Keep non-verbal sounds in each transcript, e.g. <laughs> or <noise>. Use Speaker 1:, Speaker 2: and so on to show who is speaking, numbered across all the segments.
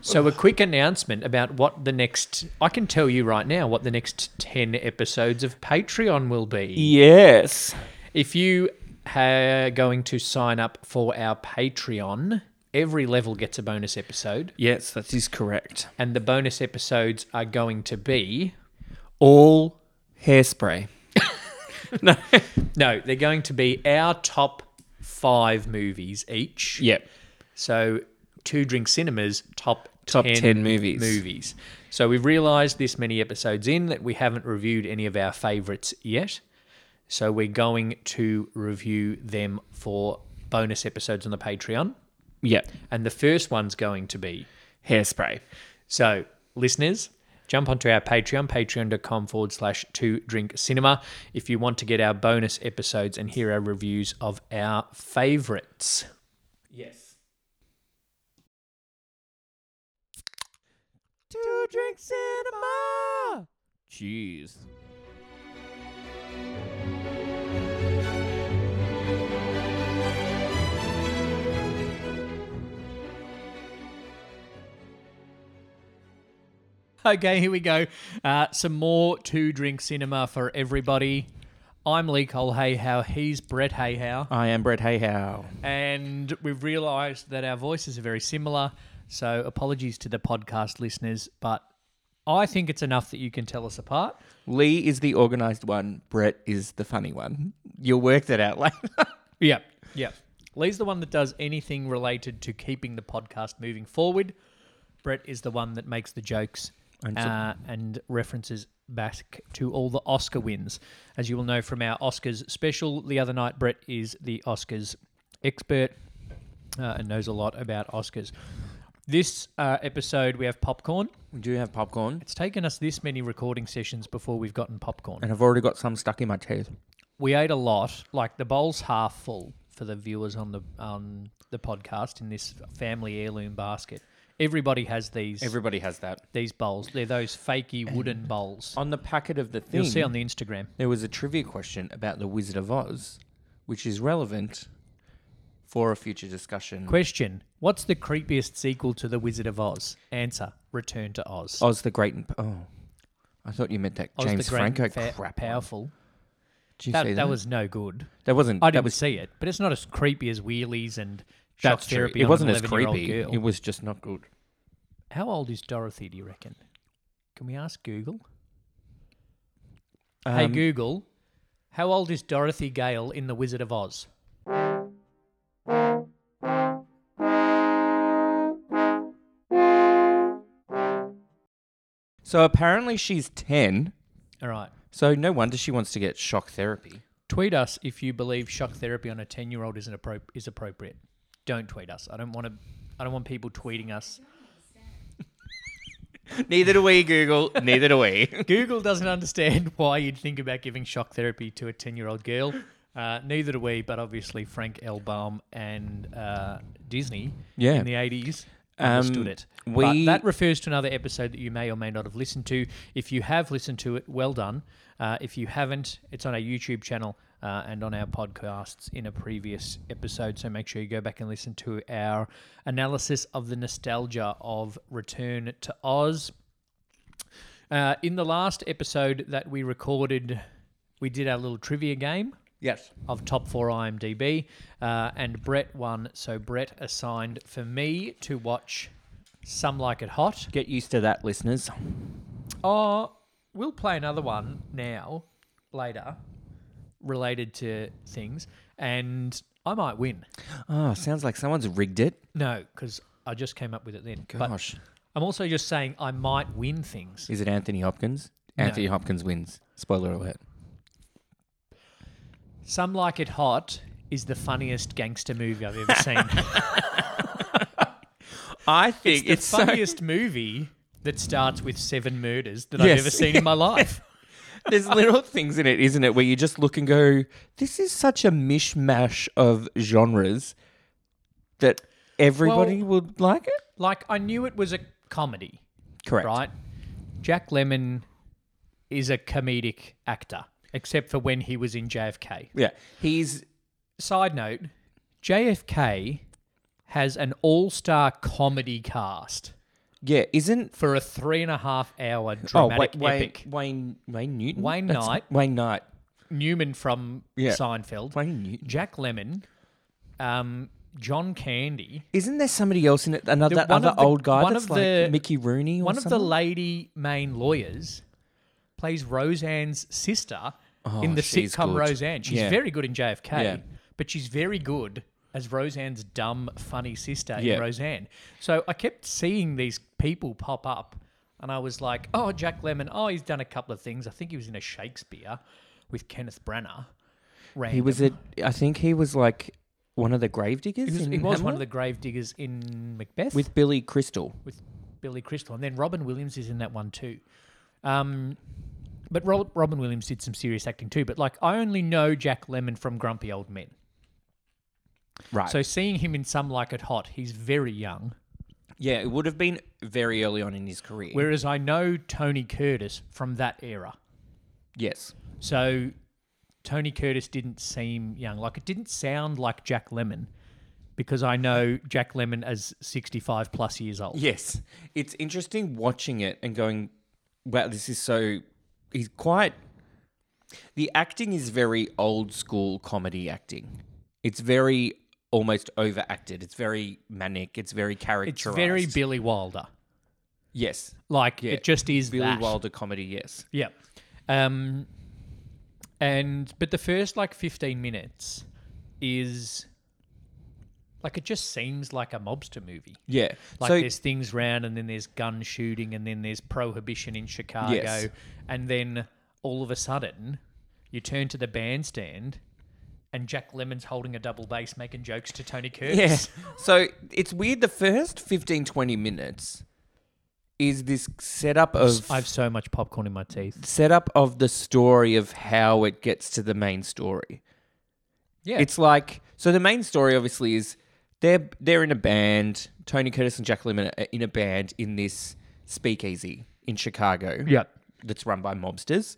Speaker 1: So, a quick announcement about what the next. I can tell you right now what the next 10 episodes of Patreon will be.
Speaker 2: Yes.
Speaker 1: If you are going to sign up for our Patreon, every level gets a bonus episode,
Speaker 2: Yes, that is correct.
Speaker 1: and the bonus episodes are going to be all.
Speaker 2: Hairspray.
Speaker 1: No, they're going to be our top five movies each.
Speaker 2: Yep.
Speaker 1: So, Two Drink Cinemas top
Speaker 2: Top
Speaker 1: 10,
Speaker 2: 10 movies.
Speaker 1: movies. So we've realised this many episodes in that we haven't reviewed any of our favourites yet. So we're going to review them for bonus episodes on the Patreon.
Speaker 2: Yep.
Speaker 1: And the first one's going to be
Speaker 2: Hairspray.
Speaker 1: so, listeners, jump onto our Patreon, patreon.com forward slash two drink cinema, if you want to get our bonus episodes and hear our reviews of our favorites.
Speaker 2: Yes. Two drink cinema. Jeez.
Speaker 1: <laughs> Okay, here we go. Uh, some more two drink cinema for everybody. I'm Lee Cole Hayhow, he's Brett Hayhow.
Speaker 2: I am Brett Hayhow.
Speaker 1: and we've realised that our voices are very similar. So apologies to the podcast listeners, but I think it's enough that you can tell us apart.
Speaker 2: Lee is the organized one. Brett is the funny one. You'll work that out <laughs> later.
Speaker 1: Yeah, yeah. Lee's the one that does anything related to keeping the podcast moving forward. Brett is the one that makes the jokes
Speaker 2: And so-
Speaker 1: uh, and references back to all the Oscar wins. As you will know from our Oscars special the other night, Brett is the Oscars expert uh, and knows a lot about Oscars. This uh, episode, we have popcorn.
Speaker 2: we do have popcorn,
Speaker 1: It's taken us this many recording sessions before we've gotten popcorn.
Speaker 2: and I've already got some stuck in my teeth.
Speaker 1: we ate a lot. Like the bowl's half full for the viewers on the on the podcast in this family heirloom basket. Everybody has these
Speaker 2: Everybody has that
Speaker 1: these bowls. They're those fakey wooden bowls.
Speaker 2: on the packet of the thing.
Speaker 1: You'll see on the Instagram.
Speaker 2: there was a trivia question about the Wizard of Oz, which is relevant for a future discussion.
Speaker 1: Question: What's the creepiest sequel to The Wizard of Oz? Answer: Return to Oz.
Speaker 2: Oz the Great and oh, I thought you meant that
Speaker 1: Oz
Speaker 2: James
Speaker 1: the Great and
Speaker 2: Franco
Speaker 1: Fa-
Speaker 2: crap.
Speaker 1: powerful.
Speaker 2: Did you
Speaker 1: That,
Speaker 2: see
Speaker 1: that?
Speaker 2: that?
Speaker 1: was no good.
Speaker 2: that wasn't.
Speaker 1: I
Speaker 2: that
Speaker 1: didn't
Speaker 2: was
Speaker 1: see it, but it's not as creepy as Wheelies and
Speaker 2: shock
Speaker 1: Shock Therapy.
Speaker 2: It
Speaker 1: on
Speaker 2: wasn't
Speaker 1: an
Speaker 2: as
Speaker 1: 11-year-old
Speaker 2: creepy.
Speaker 1: girl.
Speaker 2: It was just not good.
Speaker 1: How old is Dorothy? Do you reckon? Can we ask Google? hey
Speaker 2: Um,
Speaker 1: Google, how old is Dorothy Gale in The Wizard of Oz?
Speaker 2: So apparently she's ten.
Speaker 1: All right.
Speaker 2: So no wonder she wants to get shock therapy.
Speaker 1: Tweet us if you believe shock therapy on a 10-year-old is, not appro- is appropriate. Don't tweet us. I don't want to I don't want people tweeting
Speaker 2: <laughs>
Speaker 1: us.
Speaker 2: Neither do we, <laughs> Google. Neither do we.
Speaker 1: Google doesn't understand <laughs> why you'd think about giving shock therapy to a 10-year-old girl. Uh, neither do we, but obviously Frank L. Baum and uh, Disney
Speaker 2: Yeah.
Speaker 1: in the 80s
Speaker 2: Um,
Speaker 1: understood it.
Speaker 2: we-
Speaker 1: but that refers to another episode that you may or may not have listened to. If you have listened to it, well done. Uh, if you haven't, it's on our YouTube channel uh, and on our podcasts in a previous episode. So make sure you go back and listen to our analysis of the nostalgia of Return to Oz. Uh, in the last episode that we recorded, we did our little trivia game
Speaker 2: yes.
Speaker 1: of top four IMDb, uh, and Brett won. So Brett assigned for me to watch Some Like It Hot.
Speaker 2: Get used to that, listeners.
Speaker 1: Oh, we'll play another one now, later, related to things, and I might win.
Speaker 2: Oh, sounds like someone's rigged it.
Speaker 1: No, because I just came up with it then. But
Speaker 2: Gosh.
Speaker 1: I'm also just saying I might win things.
Speaker 2: Is it Anthony Hopkins? Anthony Hopkins wins. Spoiler alert.
Speaker 1: Some Like It Hot is the funniest gangster movie I've ever seen. <laughs>
Speaker 2: I think
Speaker 1: the funniest movie that starts with seven murders that I've
Speaker 2: Yes.
Speaker 1: ever seen in <laughs> my life.
Speaker 2: <laughs> there's little things in it, isn't it, where you just look and go, this is such a mishmash of genres that everybody would like it.
Speaker 1: Like I knew it was a comedy,
Speaker 2: Correct.
Speaker 1: right? Jack Lemon is a comedic actor, except for when he was in JFK.
Speaker 2: Yeah. He's
Speaker 1: Side note, JFK has an all-star comedy cast.
Speaker 2: Yeah, isn't
Speaker 1: for a three and a half hour dramatic
Speaker 2: oh, Wa- Wa-
Speaker 1: epic.
Speaker 2: Wayne Wayne Newton,
Speaker 1: Wayne Knight.
Speaker 2: Wayne Knight,
Speaker 1: Newman from
Speaker 2: Yeah.
Speaker 1: Seinfeld,
Speaker 2: Wayne Newton.
Speaker 1: Jack Lemon, um, John Candy,
Speaker 2: Isn't there somebody else in it? Another
Speaker 1: The- one
Speaker 2: other
Speaker 1: of the-
Speaker 2: old guy
Speaker 1: one
Speaker 2: that's
Speaker 1: of
Speaker 2: like
Speaker 1: the-
Speaker 2: Mickey Rooney or
Speaker 1: one
Speaker 2: something?
Speaker 1: of the lady main lawyers, plays Roseanne's sister in the
Speaker 2: Oh, she's
Speaker 1: sitcom
Speaker 2: good.
Speaker 1: Roseanne. She's
Speaker 2: Yeah.
Speaker 1: very good in JFK,
Speaker 2: Yeah.
Speaker 1: but she's very good as Roseanne's dumb, funny sister
Speaker 2: Yeah.
Speaker 1: in Roseanne. So I kept seeing these people pop up, and I was like, "Oh, Jack Lemon. Oh, he's done a couple of things. I think he was in a Shakespeare with Kenneth Branagh.
Speaker 2: He
Speaker 1: Random.
Speaker 2: was a. I think he was like one of the gravediggers.
Speaker 1: He was,
Speaker 2: in
Speaker 1: he was one of the
Speaker 2: Hamlet?
Speaker 1: grave diggers in Macbeth
Speaker 2: with Billy Crystal.
Speaker 1: with Billy Crystal, and then Robin Williams is in that one too. Um, but Rob, Robin Williams did some serious acting too. But like, I only know Jack Lemon from Grumpy Old Men.
Speaker 2: Right.
Speaker 1: So seeing him in Some Like It Hot, he's very young.
Speaker 2: yeah, it would have been very early on in his career.
Speaker 1: Whereas I know Tony Curtis from that era.
Speaker 2: yes.
Speaker 1: So Tony Curtis didn't seem young. Like it didn't sound like Jack Lemon, because I know Jack Lemon as sixty-five plus years old.
Speaker 2: Yes. It's interesting watching it and going, wow, this is so. He's quite. The acting is very old school comedy acting. It's very almost overacted. It's very manic. It's very
Speaker 1: it's
Speaker 2: characterized.
Speaker 1: very Billy Wilder.
Speaker 2: Yes.
Speaker 1: Like
Speaker 2: Yeah.
Speaker 1: it just is
Speaker 2: Billy
Speaker 1: that.
Speaker 2: Wilder comedy, yes.
Speaker 1: Yeah. Um and but the first like 15 minutes is like it just seems like a mobster movie.
Speaker 2: Yeah.
Speaker 1: Like
Speaker 2: so,
Speaker 1: there's things round and then there's gun shooting and then there's prohibition in Chicago
Speaker 2: Yes.
Speaker 1: and then all of a sudden you turn to the bandstand and Jack Lemon's holding a double bass making jokes to Tony
Speaker 2: <laughs> Yeah.
Speaker 1: Curtis.
Speaker 2: So it's weird. The first 15, 20 minutes is this setup of
Speaker 1: I have so much popcorn in my teeth.
Speaker 2: setup of the story of how it gets to the main story.
Speaker 1: Yeah.
Speaker 2: It's like so the main story obviously is they're they're in a band. Tony Curtis and Jack Lemmon are in a band in this speakeasy in Chicago.
Speaker 1: yeah.
Speaker 2: That's run by mobsters.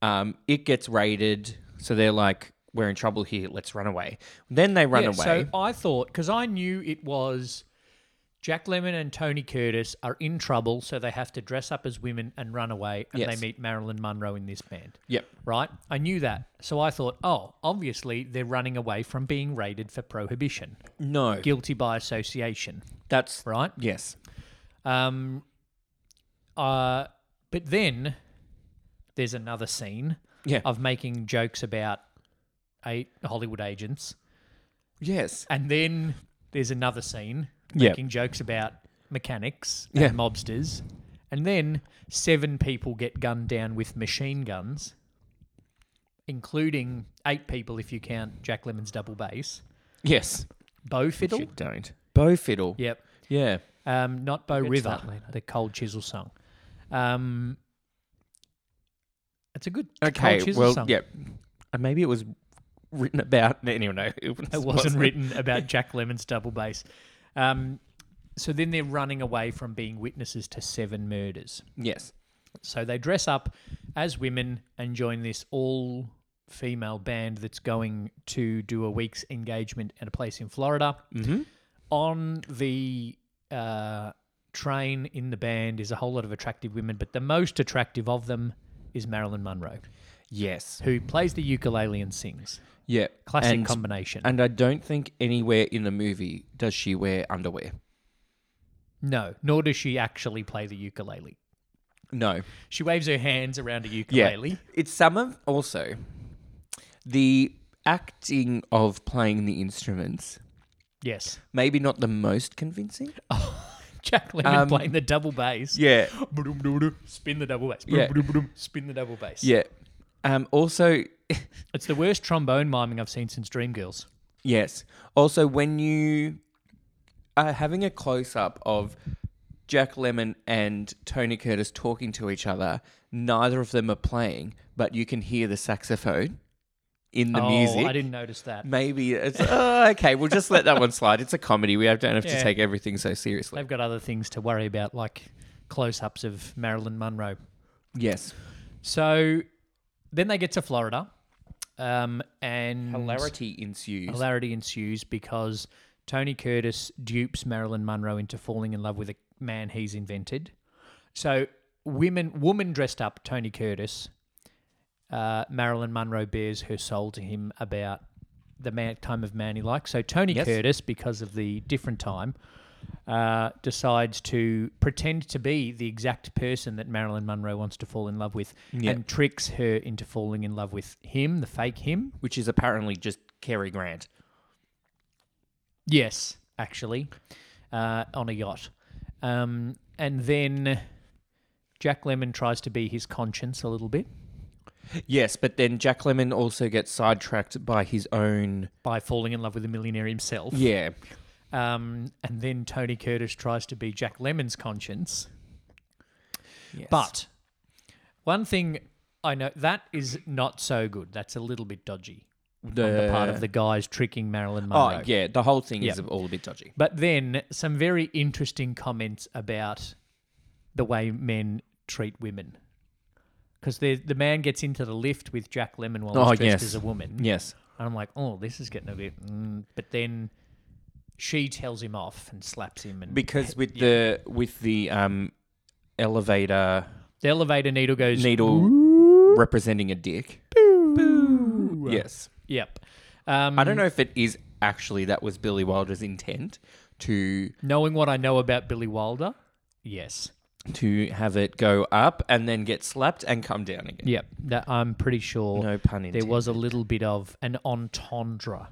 Speaker 2: Um, it gets raided, so they're like, "We're in trouble here. Let's run away." Then they run
Speaker 1: Yeah,
Speaker 2: away.
Speaker 1: So I thought because I knew it was Jack Lemon and Tony Curtis are in trouble, so they have to dress up as women and run away, and
Speaker 2: Yes.
Speaker 1: they meet Marilyn Monroe in this band.
Speaker 2: Yep.
Speaker 1: Right? I knew that. So I thought, oh, obviously they're running away from being raided for prohibition,
Speaker 2: No.
Speaker 1: guilty by association,
Speaker 2: That's
Speaker 1: right?
Speaker 2: yes.
Speaker 1: Um, uh, but then there's another scene
Speaker 2: Yeah.
Speaker 1: of making jokes about eight Hollywood agents.
Speaker 2: Yes.
Speaker 1: And then there's another scene
Speaker 2: Yeah.
Speaker 1: making jokes about mechanics
Speaker 2: Yeah.
Speaker 1: and mobsters. And then seven people get gunned down with machine guns, including eight people if you count Jack Lemon's double bass.
Speaker 2: Yes.
Speaker 1: Bo Fiddle?
Speaker 2: You don't. Bow fiddle.
Speaker 1: Yep.
Speaker 2: Yeah.
Speaker 1: Um, not Bow
Speaker 2: get to
Speaker 1: River,
Speaker 2: that later.
Speaker 1: the Cold Chisel song. Um, it's a good Cold
Speaker 2: Okay.
Speaker 1: Chisel
Speaker 2: Well,
Speaker 1: song.
Speaker 2: yeah. And maybe it was written about. <laughs> Anyway, no, it,
Speaker 1: It wasn't
Speaker 2: <laughs>
Speaker 1: written about Jack Lemon's double bass. Um, so then they're running away from being witnesses to seven murders.
Speaker 2: Yes.
Speaker 1: So they dress up as women and join this all female band that's going to do a week's engagement at a place in Florida.
Speaker 2: Mm-hmm.
Speaker 1: On the uh, train in the band is a whole lot of attractive women, but the most attractive of them is Marilyn Monroe,
Speaker 2: Yes.
Speaker 1: who plays the ukulele and sings.
Speaker 2: Yeah.
Speaker 1: Classic
Speaker 2: and,
Speaker 1: combination.
Speaker 2: And I don't think anywhere in the movie does she wear underwear.
Speaker 1: no, nor does she actually play the ukulele.
Speaker 2: No.
Speaker 1: She waves her hands around a ukulele.
Speaker 2: It's some of also the acting of playing the instruments.
Speaker 1: Yes. <laughs>
Speaker 2: Maybe not the most convincing.
Speaker 1: Jack Lemmon
Speaker 2: Um,
Speaker 1: playing the double bass.
Speaker 2: Yeah.
Speaker 1: Ba-dum-dum-dum, Spin the double bass.
Speaker 2: Yeah.
Speaker 1: Ba-dum-dum-dum, Spin the double bass.
Speaker 2: Yeah. Um, also,
Speaker 1: It's the worst trombone miming I've seen since Dreamgirls.
Speaker 2: Yes. Also, when you are having a close up of Jack Lemon and Tony Curtis talking to each other, neither of them are playing, but you can hear the saxophone in the
Speaker 1: oh,
Speaker 2: music.
Speaker 1: I didn't notice that.
Speaker 2: Maybe it's oh, okay. We'll just let that one slide. It's a comedy. We have, don't have to
Speaker 1: Yeah.
Speaker 2: take everything so seriously.
Speaker 1: They've got other things to worry about, like close ups of Marilyn Monroe.
Speaker 2: Yes.
Speaker 1: So then they get to Florida, um, and
Speaker 2: Hilarity ensues.
Speaker 1: hilarity ensues because Tony Curtis dupes Marilyn Monroe into falling in love with a man he's invented. So women, woman dressed up, Tony Curtis. Uh, Marilyn Monroe bears her soul to him about the man, time of man he likes. So Tony
Speaker 2: Yes.
Speaker 1: Curtis, because of the different time, uh, decides to pretend to be the exact person that Marilyn Monroe wants to fall in love with,
Speaker 2: Yeah.
Speaker 1: and tricks her into falling in love with him, the fake him.
Speaker 2: which is apparently just Cary Grant.
Speaker 1: Yes, actually, uh, on a yacht. Um, and then Jack Lemon tries to be his conscience a little bit
Speaker 2: Yes, but then Jack Lemon also gets sidetracked by his own.
Speaker 1: by falling in love with a millionaire himself.
Speaker 2: Yeah,
Speaker 1: Um, and then Tony Curtis tries to be Jack Lemon's conscience.
Speaker 2: yes.
Speaker 1: But one thing I know that is not so good. That's a little bit dodgy on the part of the guys tricking Marilyn Monroe.
Speaker 2: Oh yeah, the whole thing is
Speaker 1: Yep.
Speaker 2: all a bit dodgy.
Speaker 1: But then some very interesting comments about the way men treat women. Because the man gets into the lift with Jack Lemon while he's
Speaker 2: Oh,
Speaker 1: dressed
Speaker 2: yes.
Speaker 1: as a woman.
Speaker 2: Yes.
Speaker 1: And I'm like, oh, this is getting a bit. Mm. But then she tells him off and slaps him. And
Speaker 2: because with the with the um, elevator
Speaker 1: the elevator needle goes.
Speaker 2: needle representing a dick. Boo. Mm. Yes,
Speaker 1: Yep. Um,
Speaker 2: I don't know if it is actually that was Billy Wilder's intent to
Speaker 1: Knowing what I know about Billy Wilder, yes.
Speaker 2: to have it go up and then get slapped and come down again.
Speaker 1: Yep. That I'm pretty sure
Speaker 2: No pun
Speaker 1: there
Speaker 2: intended.
Speaker 1: was a little bit of an entendre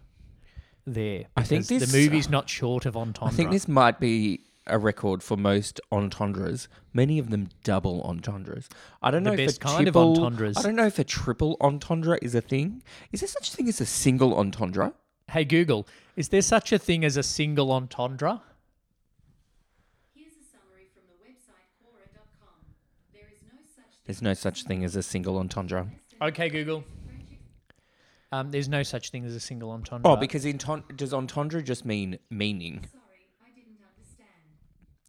Speaker 1: there.
Speaker 2: I think
Speaker 1: because the
Speaker 2: this-
Speaker 1: movie's not short of entendre.
Speaker 2: I think this might be a record for most entendres. Many of them double entendres. I don't
Speaker 1: The
Speaker 2: know
Speaker 1: best
Speaker 2: if a
Speaker 1: kind of
Speaker 2: triple,
Speaker 1: entendres.
Speaker 2: I don't know if a triple entendre is a thing. Is there such a thing as a single entendre?
Speaker 1: Hey Google, is there such a thing as a single entendre?
Speaker 3: Here's a summary from the website quora.com. There is no such
Speaker 2: There's no such thing as a single entendre.
Speaker 1: Okay Google. Um, there's no such thing as a single entendre.
Speaker 2: Oh, because enten- does entendre just mean meaning?
Speaker 3: Sorry, I didn't understand.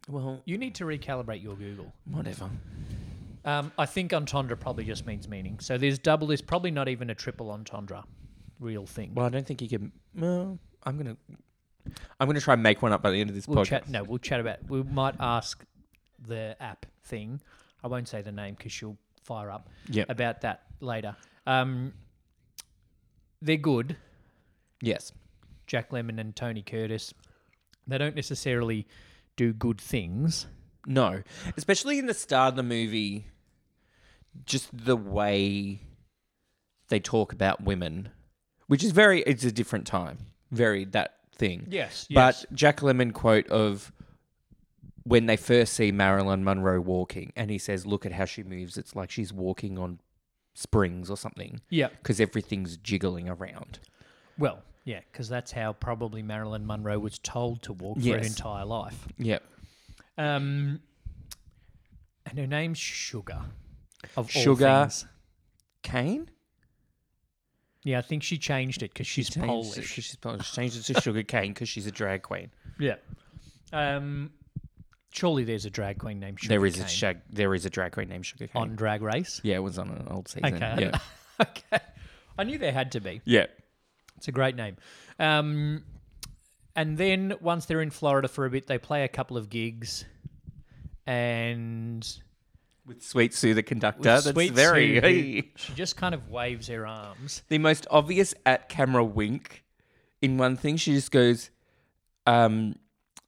Speaker 2: Well,
Speaker 1: you need to recalibrate your Google.
Speaker 2: whatever.
Speaker 1: Um, I think entendre probably just means meaning. So there's double. There's probably not even a triple entendre, real thing.
Speaker 2: Well, I don't think you can. Well, I'm gonna, I'm gonna try and make one up by the end of this
Speaker 1: We'll
Speaker 2: podcast.
Speaker 1: chat. No, we'll chat about. We might ask the app thing. I won't say the name because she'll fire up
Speaker 2: Yep.
Speaker 1: about that later. Um, they're good,
Speaker 2: Yes.
Speaker 1: Jack Lemon and Tony Curtis. They don't necessarily do good things.
Speaker 2: No, especially in the start of the movie, just the way they talk about women, which is very, it's a different time, very that thing.
Speaker 1: Yes,
Speaker 2: But Jack Lemon quote of when they first see Marilyn Monroe walking, and he says, "Look at how she moves. It's like she's walking on springs or something,
Speaker 1: yeah.
Speaker 2: because everything's jiggling around."
Speaker 1: Well, yeah, because that's how probably Marilyn Monroe was told to walk for her
Speaker 2: Yes.
Speaker 1: entire life.
Speaker 2: Yeah,
Speaker 1: Um, and her name's Sugar. Of all
Speaker 2: Sugar.
Speaker 1: things.
Speaker 2: Kane.
Speaker 1: Yeah, I think she changed it because she's
Speaker 2: Changed it-
Speaker 1: Polish.
Speaker 2: <laughs> She's Polish. Changed it to Sugar Cane because she's a drag queen.
Speaker 1: Yeah. Um, surely there's a drag queen named Sugar
Speaker 2: there is a
Speaker 1: Cane
Speaker 2: shag, there is a drag queen named Sugar Cane.
Speaker 1: on Drag Race. <laughs>
Speaker 2: Yeah, it was on an old season.
Speaker 1: Okay. <laughs>
Speaker 2: Yeah.
Speaker 1: okay. I knew there had to be.
Speaker 2: yeah.
Speaker 1: It's a great name. Um, and then once they're in Florida for a bit, they play a couple of gigs, and
Speaker 2: With Sweet Sue the conductor.
Speaker 1: with
Speaker 2: That's
Speaker 1: Sweet
Speaker 2: very
Speaker 1: Sue, who- she just kind of waves her arms.
Speaker 2: <laughs> the most obvious at camera wink in one thing. She just goes, um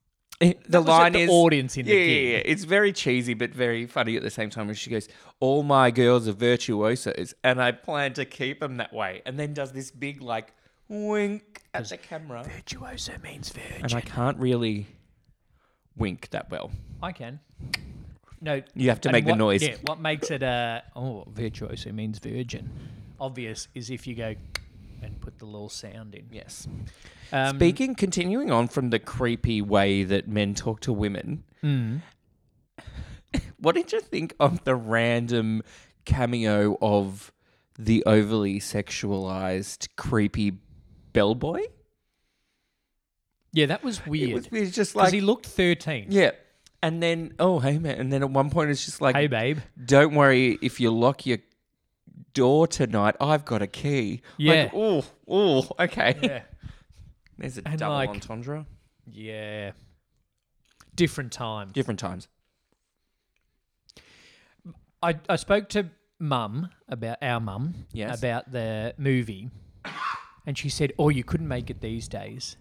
Speaker 2: <laughs> the
Speaker 1: That was at
Speaker 2: line
Speaker 1: the
Speaker 2: is
Speaker 1: audience in the
Speaker 2: yeah, yeah,
Speaker 1: gig.
Speaker 2: yeah. It's very cheesy but very funny at the same time. Where she goes, "All my girls are virtuosos, and I plan to keep them that way." And then does this big like wink at the camera,
Speaker 1: Virtuoso means virgin.
Speaker 2: and I can't really wink that well.
Speaker 1: I can. No,
Speaker 2: You have to
Speaker 1: and
Speaker 2: make the
Speaker 1: what-
Speaker 2: noise.
Speaker 1: Yeah, what makes it uh oh virtuoso means virgin. Obvious is if you go and put the little sound in.
Speaker 2: Yes.
Speaker 1: Um,
Speaker 2: Speaking, continuing on from the creepy way that men talk to women,
Speaker 1: hmm.
Speaker 2: what did you think of the random cameo of the overly sexualized, creepy bellboy?
Speaker 1: yeah, that was
Speaker 2: It
Speaker 1: weird.
Speaker 2: was, it was just
Speaker 1: Because
Speaker 2: like,
Speaker 1: he looked 13.
Speaker 2: yeah. And then, oh, hey, man. And then at one point, it's just like,
Speaker 1: Hey,
Speaker 2: <laughs>
Speaker 1: babe.
Speaker 2: don't worry if you lock your door tonight, I've got a key.
Speaker 1: Yeah.
Speaker 2: Like, oh, oh, okay.
Speaker 1: Yeah.
Speaker 2: There's a
Speaker 1: And
Speaker 2: double
Speaker 1: like-
Speaker 2: entendre.
Speaker 1: yeah. different time.
Speaker 2: Different times.
Speaker 1: I, I spoke to mum about our mum
Speaker 2: Yes.
Speaker 1: about the movie, and she said, "Oh, you couldn't make it these days."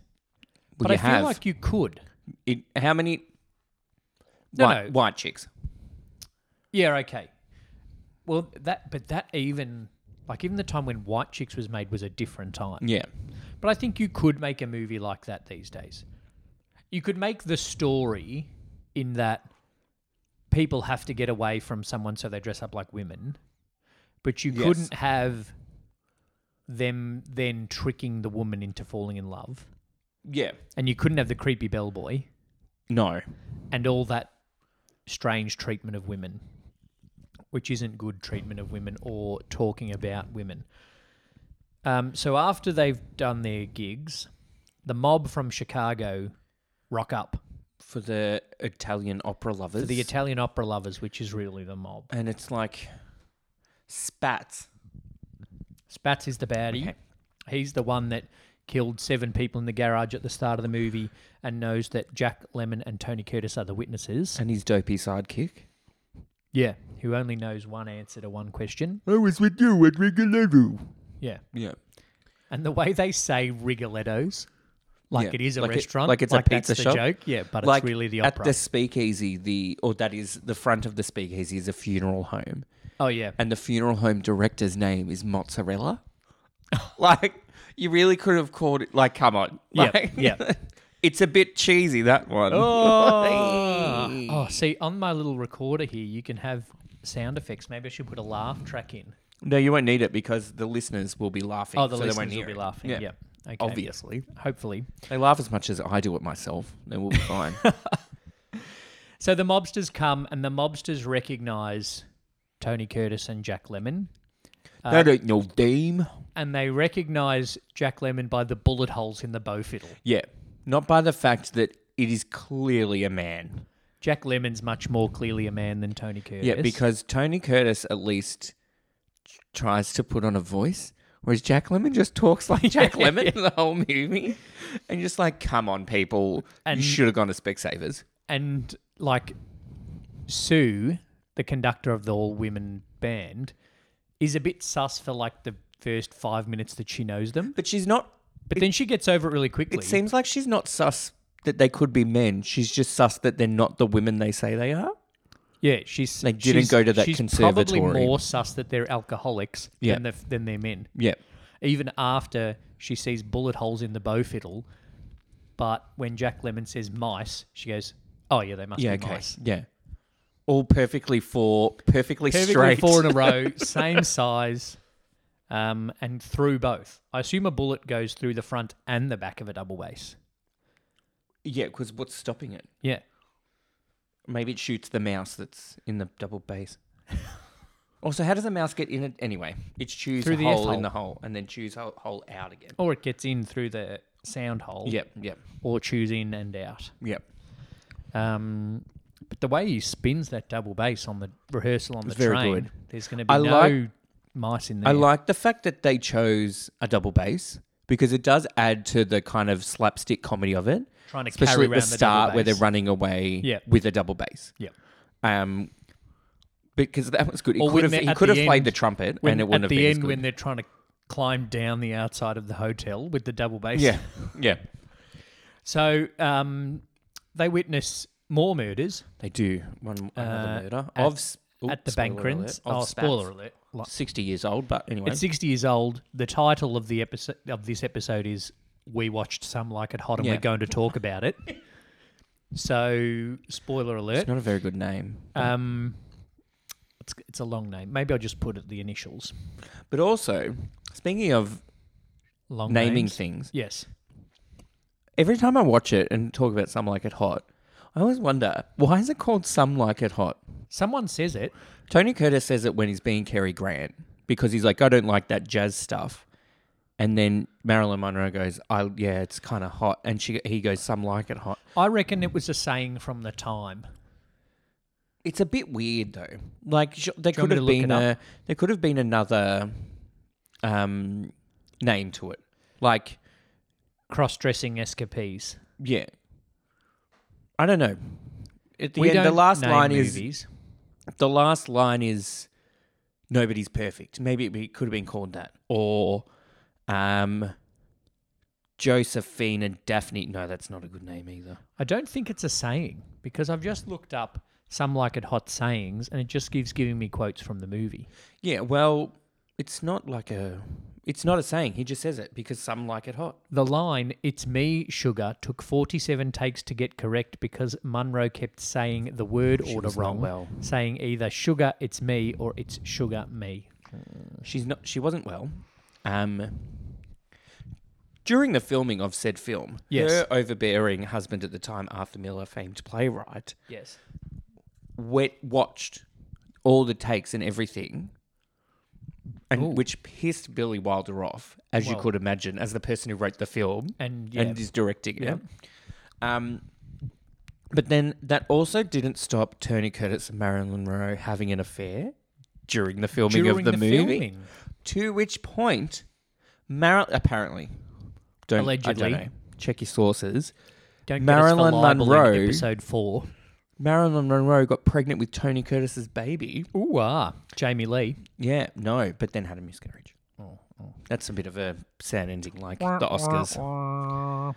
Speaker 1: but
Speaker 2: Well, you
Speaker 1: I
Speaker 2: have
Speaker 1: feel like you could.
Speaker 2: it, how many
Speaker 1: No,
Speaker 2: white,
Speaker 1: no.
Speaker 2: white chicks?
Speaker 1: Yeah, okay. Well, that but that even like even the time when White Chicks was made was a different time.
Speaker 2: Yeah,
Speaker 1: But I think you could make a movie like that these days. You could make the story in that people have to get away from someone so they dress up like women, but you
Speaker 2: Yes.
Speaker 1: couldn't have them then tricking the woman into falling in love.
Speaker 2: yeah.
Speaker 1: And you couldn't have the creepy bellboy
Speaker 2: No,
Speaker 1: and all that strange treatment of women, which isn't good treatment of women or talking about women. Um, so after they've done their gigs, the mob from Chicago rock up
Speaker 2: for the Italian opera lovers.
Speaker 1: for the Italian opera lovers, which is really the mob.
Speaker 2: and it's like spats.
Speaker 1: Spatz is the baddie.
Speaker 2: Okay.
Speaker 1: He's the one that killed seven people in the garage at the start of the movie and knows that Jack Lemon and Tony Curtis are the witnesses.
Speaker 2: And his dopey sidekick.
Speaker 1: Yeah, who only knows one answer to one question.
Speaker 2: I was with you at Rigoletto.
Speaker 1: Yeah.
Speaker 2: Yeah.
Speaker 1: And the way they say Rigoletto's, like
Speaker 2: Yeah,
Speaker 1: it is a
Speaker 2: like it-
Speaker 1: restaurant,
Speaker 2: like it's a
Speaker 1: that's
Speaker 2: pizza
Speaker 1: the
Speaker 2: shop.
Speaker 1: joke, yeah, but
Speaker 2: like
Speaker 1: it's really the
Speaker 2: at
Speaker 1: opera.
Speaker 2: the speakeasy, the or that is the front of the speakeasy is a funeral home,
Speaker 1: oh yeah,
Speaker 2: and the funeral home director's name is <laughs> Mozzarella. like you really could have called it. Like, come on,
Speaker 1: Yep,
Speaker 2: Like,
Speaker 1: yep.
Speaker 2: <laughs> it's a bit cheesy that one.
Speaker 1: oh, oh, see, on my little recorder here, you can have sound effects. Maybe I should put a laugh track in.
Speaker 2: No, you won't need it because the listeners will be laughing.
Speaker 1: Oh, the
Speaker 2: so they won't
Speaker 1: listeners
Speaker 2: hear
Speaker 1: will be
Speaker 2: it.
Speaker 1: laughing. Yeah, okay.
Speaker 2: obviously
Speaker 1: Hopefully,
Speaker 2: they laugh as much as I do it myself.
Speaker 1: <laughs>
Speaker 2: Then we'll be fine.
Speaker 1: Uh, so the mobsters come and the mobsters recognize Tony Curtis and Jack Lemon,
Speaker 2: they don't know Dame.
Speaker 1: and they recognize Jack Lemon by the bullet holes in the bow fiddle.
Speaker 2: Yeah, not by the fact that it is clearly a man.
Speaker 1: Jack Lemon's much more clearly a man than Tony Curtis.
Speaker 2: Yeah, because Tony Curtis at least t- tries to put on a voice, whereas Jack Lemon just
Speaker 1: <laughs>
Speaker 2: talks like Jack Lemon the whole movie, and you're just like, come on, people,
Speaker 1: And-
Speaker 2: you should have gone to Specsavers.
Speaker 1: and like Sue, the conductor of the all women band, is a bit sus for like the first five minutes that she knows them,
Speaker 2: But she's not.
Speaker 1: but then she gets over it really quickly.
Speaker 2: It seems like she's not sus that they could be men. She's just sus that they're not the women they say they are.
Speaker 1: yeah, she's
Speaker 2: They didn't
Speaker 1: she's-
Speaker 2: go to that
Speaker 1: she's Probably
Speaker 2: conservatory.
Speaker 1: more sus that they're alcoholics
Speaker 2: Yeah.
Speaker 1: than, the, than they're men.
Speaker 2: Yeah,
Speaker 1: Even after she sees bullet holes in the bow fiddle, but when Jack Lemon says mice, she goes, "Oh yeah, they must
Speaker 2: yeah,
Speaker 1: be
Speaker 2: okay,
Speaker 1: mice."
Speaker 2: yeah. All perfectly four, perfectly,
Speaker 1: Perfectly
Speaker 2: straight. <laughs>
Speaker 1: four in a row, same size, um, and through both. I assume a bullet goes through the front and the back of a double bass.
Speaker 2: yeah, because what's stopping it?
Speaker 1: Yeah.
Speaker 2: Maybe it shoots the mouse that's in the double <laughs> bass. also, how does a mouse get in it anyway? It chews
Speaker 1: Through
Speaker 2: a
Speaker 1: the
Speaker 2: hole
Speaker 1: F-hole.
Speaker 2: in the Oh. hole and then chews a hole out again.
Speaker 1: Or it gets in through the sound hole.
Speaker 2: Yep, yep,
Speaker 1: Or chews in and out.
Speaker 2: yep.
Speaker 1: Um, but the way he spins that double bass on the rehearsal on the
Speaker 2: very
Speaker 1: train,
Speaker 2: good.
Speaker 1: there's going to be
Speaker 2: I
Speaker 1: no
Speaker 2: like-
Speaker 1: mice in there.
Speaker 2: I like the fact that they chose a double bass because it does add to the kind of slapstick comedy of it.
Speaker 1: Trying to carry
Speaker 2: Especially
Speaker 1: around
Speaker 2: at the
Speaker 1: the double
Speaker 2: start where they're
Speaker 1: bass.
Speaker 2: running away
Speaker 1: Yeah.
Speaker 2: with a double bass.
Speaker 1: Yep.
Speaker 2: Um, because that was good. He
Speaker 1: Or
Speaker 2: could
Speaker 1: when
Speaker 2: have,
Speaker 1: they're
Speaker 2: he
Speaker 1: at
Speaker 2: could
Speaker 1: the
Speaker 2: have played
Speaker 1: end-
Speaker 2: the trumpet
Speaker 1: When,
Speaker 2: and it
Speaker 1: at
Speaker 2: wouldn't have
Speaker 1: the
Speaker 2: been as
Speaker 1: end,
Speaker 2: good.
Speaker 1: when they're trying to climb down the outside of the hotel with the double bass.
Speaker 2: yeah, yeah,
Speaker 1: So um, they witness more murders.
Speaker 2: they do one
Speaker 1: Uh,
Speaker 2: another murder
Speaker 1: at-
Speaker 2: of s- oop,
Speaker 1: at the
Speaker 2: spoiler
Speaker 1: bank
Speaker 2: alert,
Speaker 1: runs.
Speaker 2: of
Speaker 1: Oh,
Speaker 2: Spats.
Speaker 1: spoiler alert! Like,
Speaker 2: 60 years old, but anyway.
Speaker 1: At sixty years old, the title of the episode of this episode is "We watched some like it hot, and
Speaker 2: Yeah.
Speaker 1: we're going to talk about
Speaker 2: <laughs>
Speaker 1: it." so, spoiler alert.
Speaker 2: It's not a very good name.
Speaker 1: um, it's it's a long name. Maybe I'll just put it the initials.
Speaker 2: But also, speaking of
Speaker 1: Long
Speaker 2: naming
Speaker 1: names.
Speaker 2: things,
Speaker 1: Yes.
Speaker 2: every time I watch it and talk about Some Like It Hot, I always wonder why is it called Some Like It Hot?
Speaker 1: Someone says it.
Speaker 2: Tony Curtis says it when he's being Cary Grant because he's like, I don't like that jazz stuff. And then Marilyn Monroe goes, I yeah, it's kind of hot. And she he goes, Some Like It Hot.
Speaker 1: I reckon it was a saying from the time.
Speaker 2: It's a bit weird though. Like sh- there
Speaker 1: Do you want me
Speaker 2: could have
Speaker 1: to look it
Speaker 2: been
Speaker 1: up?
Speaker 2: a there could have been another um, name to it. Like
Speaker 1: Cross-dressing escapees.
Speaker 2: yeah, I don't know. at the end, the last
Speaker 1: name
Speaker 2: line is
Speaker 1: movies.
Speaker 2: the last line is nobody's perfect. Maybe it be, could have been called that. Or um, Josephine and Daphne. No, that's not a good name either.
Speaker 1: I don't think it's a saying because I've just looked up some like it hot sayings and it just gives giving me quotes from the movie.
Speaker 2: Yeah, well, it's not like a. It's not a saying. He just says it because some like it hot.
Speaker 1: The line "It's me, sugar" took forty-seven takes to get correct because Munro kept saying the word
Speaker 2: She
Speaker 1: order
Speaker 2: was not
Speaker 1: wrong,
Speaker 2: well.
Speaker 1: saying either "sugar, it's me" or "it's sugar me."
Speaker 2: She's not. She wasn't well. Um, during the filming of said film,
Speaker 1: Yes.
Speaker 2: her overbearing husband at the time, Arthur Miller, famed playwright,
Speaker 1: Yes.
Speaker 2: wet watched all the takes and everything, and
Speaker 1: Ooh.
Speaker 2: which pissed Billy Wilder off, as you
Speaker 1: Well.
Speaker 2: could imagine, as the person who wrote the film
Speaker 1: And yeah,
Speaker 2: and is directing
Speaker 1: Yeah.
Speaker 2: it. Um, but then that also didn't stop Tony Curtis and Marilyn Monroe having an affair during the filming
Speaker 1: during
Speaker 2: of the, movie.
Speaker 1: filming,
Speaker 2: To which point, Marilyn apparently, don't, I
Speaker 1: Allegedly.
Speaker 2: don't know. Check your sources.
Speaker 1: don't
Speaker 2: Marilyn
Speaker 1: Marilyn Monroe,
Speaker 2: Monroe-
Speaker 1: episode four.
Speaker 2: Marilyn Monroe got pregnant with Tony Curtis's baby.
Speaker 1: Ooh ah, Jamie Lee.
Speaker 2: Yeah, no, but then had a miscarriage.
Speaker 1: Oh,
Speaker 2: That's a bit of a sad ending, like the Oscars.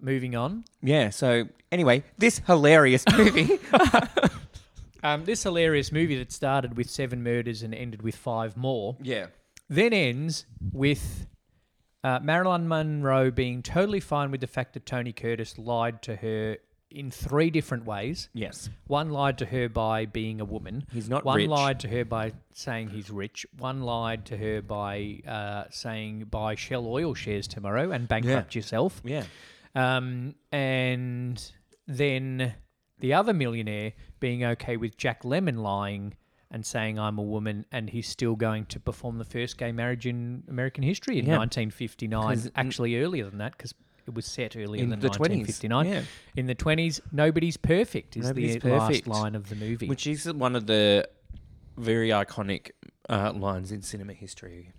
Speaker 1: Moving on.
Speaker 2: Yeah. So anyway, this hilarious <laughs> movie.
Speaker 1: Um, this hilarious movie that started with seven murders and ended with five more,
Speaker 2: yeah.
Speaker 1: then ends with uh, Marilyn Monroe being totally fine with the fact that Tony Curtis lied to her in three different ways.
Speaker 2: Yes.
Speaker 1: One lied to her by being a woman.
Speaker 2: He's not
Speaker 1: One
Speaker 2: rich.
Speaker 1: lied to her by saying he's rich. One lied to her by uh, saying buy Shell Oil shares tomorrow and bankrupt yourself.
Speaker 2: Yeah.
Speaker 1: Um, and then the other millionaire being okay with Jack Lemon lying and saying I'm a woman, and he's still going to perform the first gay marriage in American history in
Speaker 2: Yeah. 'Cause-
Speaker 1: 1959. Actually, earlier than that, because it was set earlier
Speaker 2: In
Speaker 1: than
Speaker 2: the 20s,
Speaker 1: 1959.
Speaker 2: yeah.
Speaker 1: In the 20s, nobody's perfect is
Speaker 2: Nobody's
Speaker 1: the last
Speaker 2: perfect.
Speaker 1: line of the movie.
Speaker 2: Which is one of the very iconic uh, lines in cinema history,